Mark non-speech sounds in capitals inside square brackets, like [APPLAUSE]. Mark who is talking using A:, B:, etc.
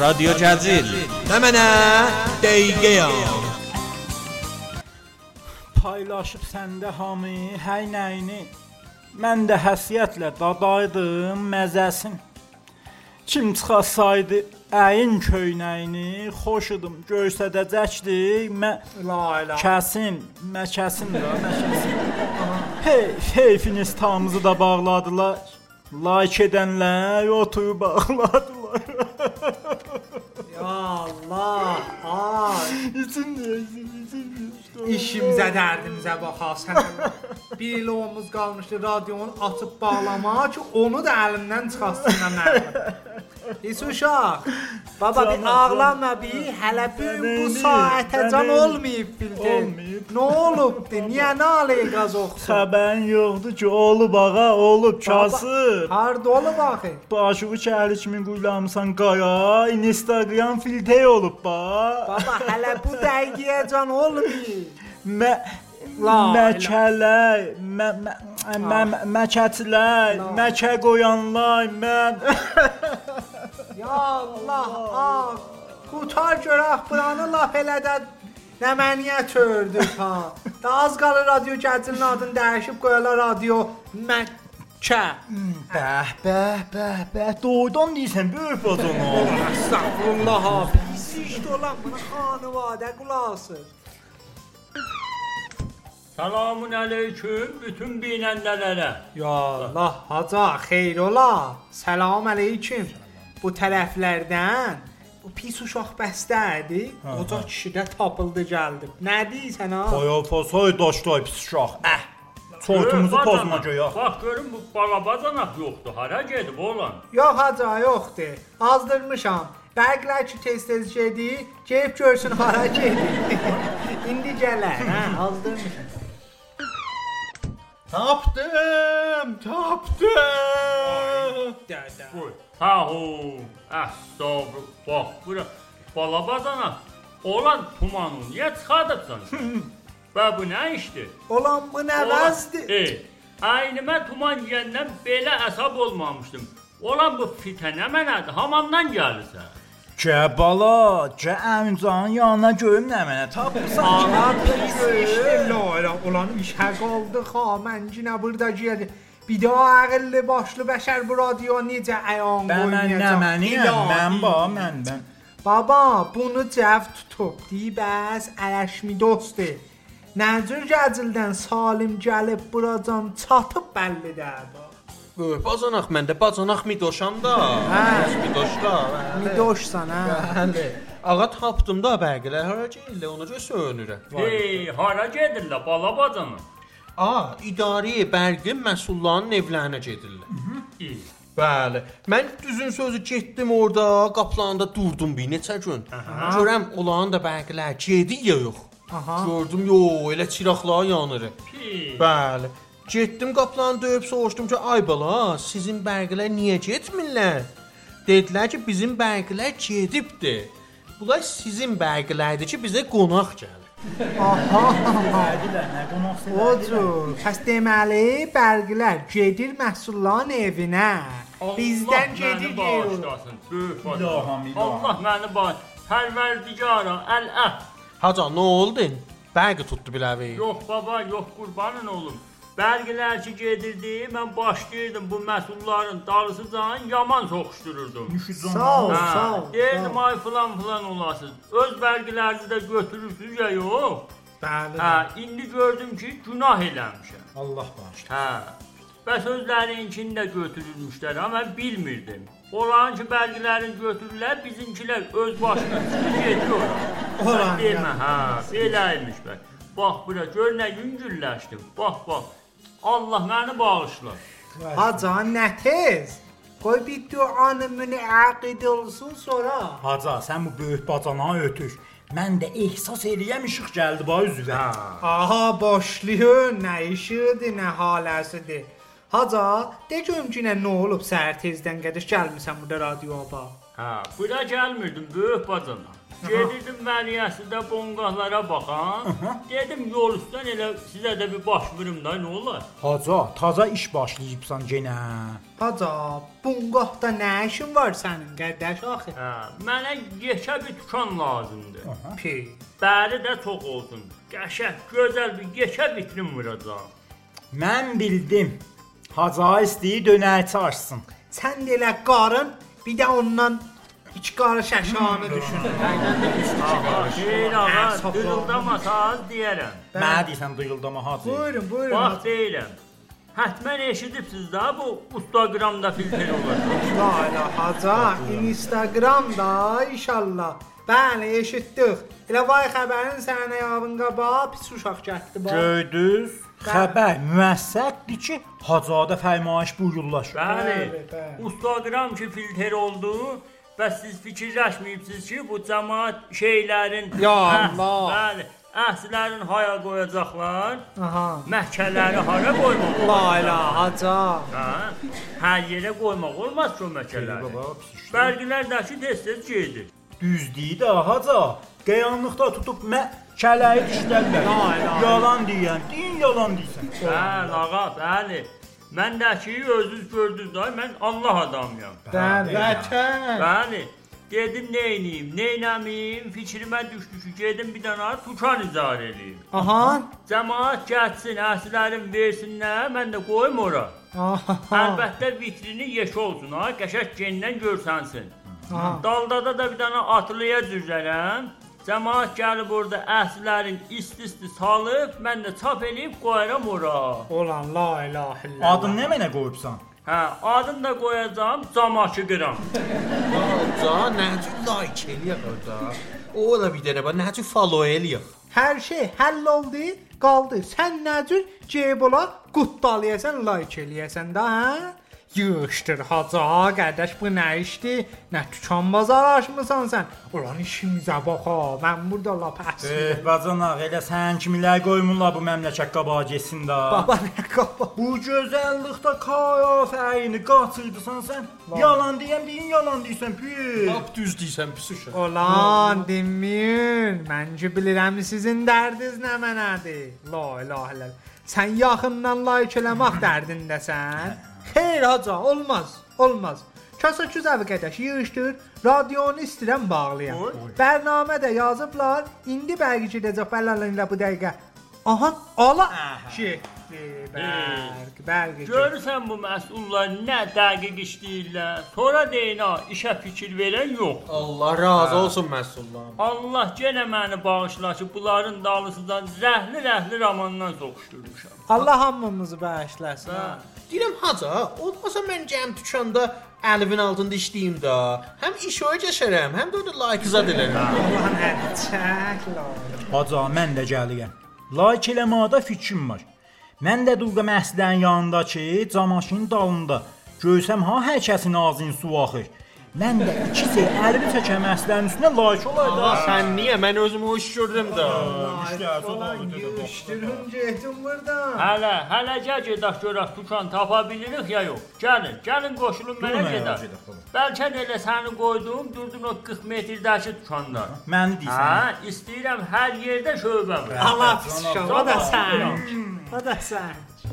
A: رادیو جزیل
B: Nə mənə dəqiqəyəm.
C: Paylaşıb səndə hamı hey nəyini. Mən də həsrətlə dadaydım məzəsin. Kim çıxasaydı əyin köynəyini xoşudum göstərəcəkdi. Mən la la. Kəsin, məkəsin də, məkəsin. hey, heyfiniz tamızı da bağladılar. Like edənlər otuyu bağladılar.
D: Allah, ay,
C: [LAUGHS] İçin niyə, için niyə?
D: işimizə, dərdimizə baxasan.
C: [LAUGHS]
D: Bir il olmuz qalmışdı radionu açıb bağlamağa ki, onu da əlimdən çıxartsınlar mənim. Heç uşaq. Baba bir
C: Canım,
D: ağlama bir, hələ bir bu
C: Sənəni,
D: saatəcan
C: sənəni.
D: olmayıb bildin.
C: Olmayıb.
D: Nə olubdu? Niyə naləyə qaz oxusun?
C: Xəbərin yoxdur ki, olub ağa, olub kasıb.
D: Harda olub axı?
C: Başığı çəri kimi quyulamısan qaya, Instagram filtey olub ba.
D: Baba hələ bu dəqiqəyəcan olmayıb.
C: Mə
D: La,
C: məkələr, mə mə mə- məkətlər,
D: La.
C: məkə qoyanlar, mən
D: Ya Allah, ah, qutar görək buranı lap elə də nəməniyə çördük ha. Da az qalır radio gəncinin adını dəyişib qoyarlar radio Məkkə.
C: bəh, bəh, bəh, bəh, doğudan deyirsən, böyük bacana.
D: Astagfirullah abi. Biz işdə olan buna xanıvadə qulasır.
E: Selamun aleyküm bütün binendelere.
D: Ya Allah, haca, xeyr ola. Salam əleykum. Bu tərəflərdən bu pis uşaq bəstədi. Qoca kişi də tapıldı gəldi. Nə deyirsən ha? Hə.
C: Qoyofosoy doştoy pis uşaq. Əh. Çortumuzu
E: Ee,
C: pozma
E: badana,
C: göyə.
E: Bak görün bu bana bacanak yoktu. Hara geldi bu olan?
D: Yox haca, yoxdur. Azdırmışam. Bəlkələr ki tez-tez gedi, gəlib görsün hara gedi. [LAUGHS] İndi gələr, hə, azdırmışam.
B: Tapdım, tapdım.
D: Da, da.
E: Buyur. Ha hu. Estağfurullah. Bak bura. Bala bacanak. Olan tumanı niye çıkardıpsan? Ve bu ne işti?
D: Olan bu nə vəzdir?
E: E, aynıma tuman yiyenden böyle asab olmamıştım. Olan bu fitene menadı. Hamamdan gelirsen.
C: Gə bala, gə əmcanın yanına görüm nə mənə tapırsan.
D: Ağa pis işdir loyra. Olan işə qaldı ha, mən yenə burada gəldi. Bir də o ağıllı başlı bəşər bu radio necə əyan
C: Bə- Mən nə
D: qoymayacaq?
C: məniyəm,
D: İlahi.
C: mən ba, mən mən.
D: Baba, bunu cəv tutub. Deyib bəs ələşmi dostdur. Nəcür gəcildən salim gəlib buracan çatıb bəlli də. bu.
B: Bacanaq məndə bacanaq midoşam da.
D: Hə.
B: بله. midoşda. bəli.
D: Midoşsan hə.
B: Bəli. Ağa tapdım da bəqələr hara gəlirlər, ona görə söyünürəm.
E: Hey, hara gedirler bala bacanak?
B: A, idarə bərqin məsullarının evlərinə gedirlər.
E: İyi.
B: Bəli. Mən düzün sözü getdim orada, qaplanda durdum bir neçə gün. Görəm olan da bərqlər gedi ya yox.
D: Aha.
B: Gördüm yox, elə çıraqlar yanır.
E: Pis.
B: Bəli. Getdim qaplanı döyüb soruşdum ki, ay bala, sizin bərqlər niyə getmirlər? Dedilər ki, bizim bərqlər gedibdi. Bunlar sizin bərqlərdir ki, bizə qonaq gəlir.
D: Aha.
C: Nə qonaq
D: O cür. Pəs deməli, bərqlər gedir məhsulların evinə.
E: Allah
D: Bizdən
E: məni
D: gedir geyir.
E: bağışlasın. Böyük bağışlasın.
C: İlaham, ilaham.
E: Allah məni bağış. Pərverdigara, əl-əh.
B: Haca, nə oldu? Bərqi tutdu biləvi.
E: Yox baba, yox qurbanın olum. Bərgilər ki gedirdi, mən başlayırdım bu məsulların darısıcan yaman soxuşdururdum.
D: Sağ ol,
E: Hə,
D: sağ ol.
E: Deyirdim ay filan filan olasız. Öz bərgilərinizi də götürürsünüz ya yox.
D: Bəli.
E: Hə, indi gördüm ki günah eləmişəm.
D: Allah bağışlasın.
E: Hə. Bəs özlərinkini də götürülmüşlər, amma mən bilmirdim. Onların ki bərgilərini götürürlər, bizimkilər öz başına çıxıb gedir ora.
D: Olan
E: Mən Demə, hə, beləymiş bə. Bax bura gör nə yüngülləşdim. Bax, bax. Allah məni bağışla.
D: Haca, nə tez? Qoy bir duanı münəqqid olsun sonra.
C: Haca, sən bu böyük bacana ötür. Mən də ehsas eləyəm işıq gəldi ba üzvə.
D: Aha başlıyor nə işidir, nə haləsidir. Haca, de görüm ki nə nə olub səhər tezdən qədər gəlmisən burada radioya bax.
E: Hə, bura gəlmirdim böyük bacana. Gedirdim Vəliyəsidə bonqahlara baxan. Dedim yol üstdən elə sizə də bir baş vurum da nə olar?
C: Haca, taza iş başlayıbsan yenə.
D: Paca, bunqahda nə işin var sənin, qardaş axı?
E: Hə, mənə yekə bir dükan lazımdır.
D: Hə. Pi.
E: Bəri də çox olsun. Qəşəng, gözəl bir yekə vitrin vuracağam.
C: Mən bildim. Haca istəyi dönərçi açsın.
D: Sən də elə qarın, bir də ondan iki qarış əşyanı düşün.
E: Ağa,
D: hə,
E: Xeyr ağa,
D: Əsəblərim.
E: dırıldamasaz deyərəm.
C: Mənə deyirsən duyuldama Hacı.
D: buyurun, buyurun.
E: Bax deyirəm. Həttəmən eşidibsiz də bu Instagramda filtr olacaq.
D: La la haca, Instagramda inşallah. Bəli, eşitdik. Elə vay xəbərin səhnə yavın qabağa pis uşaq gəldi bax.
C: Gördüz? Xəbər müəssətdir ki, Hacada fərmayış buyururlar.
E: Bəli.
D: Bəli, bəli.
E: Instagram ki filtr oldu və siz fikirləşməyibsiniz ki, bu cəmaət şeylərin
D: Ya
E: Əhs-
D: Allah.
E: Bəli. Əhslərin haya qoyacaqlar,
D: Aha.
E: məhkələri hara qoymaq
D: La
E: olar?
D: la haca.
E: Hə? Hər yerə qoymaq olmaz ki, o məhkələri.
C: Baba, pis işlər.
E: Bərgilər də ki, tez-tez gedir.
C: Düzdür də Haca. Qəyanlıqda tutub mə kələyi dişlərlər. Yalan deyən, din yalan deyirsən.
E: Bəli, ağa, Hə, bəli. Mən də ki, özünüz gördünüz də, mən Allah adamıyam.
D: Bəli. Vətən.
E: Bəli. Dedim nə edeyim, nə eləmiyim, fikrimə düşdü ki, gedim bir dənə tukan icarə eləyim.
D: Aha.
E: Cəmaət gəlsin, əsrlərin versinlər, mən də qoyum ora.
D: Aha.
E: Əlbəttə vitrini yeşə olsun, ha, qəşəng gendən görsənsin.
D: Aha.
E: Daldada da bir dənə atlıya düzərəm. Cəmaət gəlib orada əsrlərin isti-isti salıb, mən də çap eləyib qoyaram ora.
D: Olan la ilahe illallah.
C: Adını nə mənə qoyubsan?
E: Hə, adını da qoyacağam, Camakı qıram.
B: Orada nəcür like eləyək orada. O da bir dənə bax nəcür follow eləyək.
D: Hər şey həll oldu, qaldı. Sən nəcür Ceybola quttalayasan, like eləyəsən də, hə? Yığışdır haca, qardaş bu nə işdir? Nə tükan bazar açmısan sən? Olan işimizə bax ha, mən burada lap
C: Eh,
D: əsirəm.
C: bacanaq, elə sən kimlər qoymurlar bu məmləkət qabağa getsin də.
D: Baba nə qapa?
C: Bu gözəllikdə kayafəyini qaçırdısan sən. Yalan deyən deyin, yalan deyirsən. Püh.
B: Lap düz deyirsən pis uşaq.
D: Olan demin, məncə bilirəm sizin dərdiniz nə mənədir. La ilahe illallah. Sən yaxından like eləmək [LAUGHS] dərdindəsən. Xeyr haca, olmaz, olmaz. Kəsə küzəvi qədəş yığışdır, radionu istirəm bağlayam.
E: Oy.
D: Bərnamə də yazıblar, indi bəlkə gedəcək bəlalən elə bu dəqiqə. Aha, ala. Getdi, bərk, bərk. getdi.
E: Görürsən bu məsullar nə dəqiq işləyirlər. Sonra deyin ha, işə fikir verən yox.
B: Allah razı olsun məsullarım.
E: Allah yenə məni bağışla ki, bunların dalısından rəhli-rəhli romandan soxuşdurmuşam.
D: Allah hamımızı bağışlasın. ha.
B: Deyirəm haca, olmasa mən gəlim tükanda əlivin altında işləyim də. Həm iş oya keçərəm, həm də orada like zad elərəm.
D: Ulan əli çək, la.
C: Haca, mən də gəlirəm. Like eləmədə fikrim var. Mən də durqa məhsdən yanındakı camaşın dalında görsəm ha hər kəsin ağzını su axır. Mən də iki şey əlimi çəkəm məhslərin üstünə like olay da.
B: Allah sən niyə? Mən özümü hoş gördüm də.
C: Müştəri
D: Ulan yığışdırın gedim buradan.
E: Hələ, hələ gəl gedək görək tutan tapa bilirik ya yox. Gəlin, gəlin qoşulun mənə
C: mənə
E: gedək.
C: gedək, baba.
E: Bəlkə də elə səni qoydum, durdun o 40 metrdəki tutanda.
C: Məni deyirsən.
E: Hə, istəyirəm hər yerdə şöbə var.
D: Allah pis şov, o da
E: Allah.
D: sən. O da sən.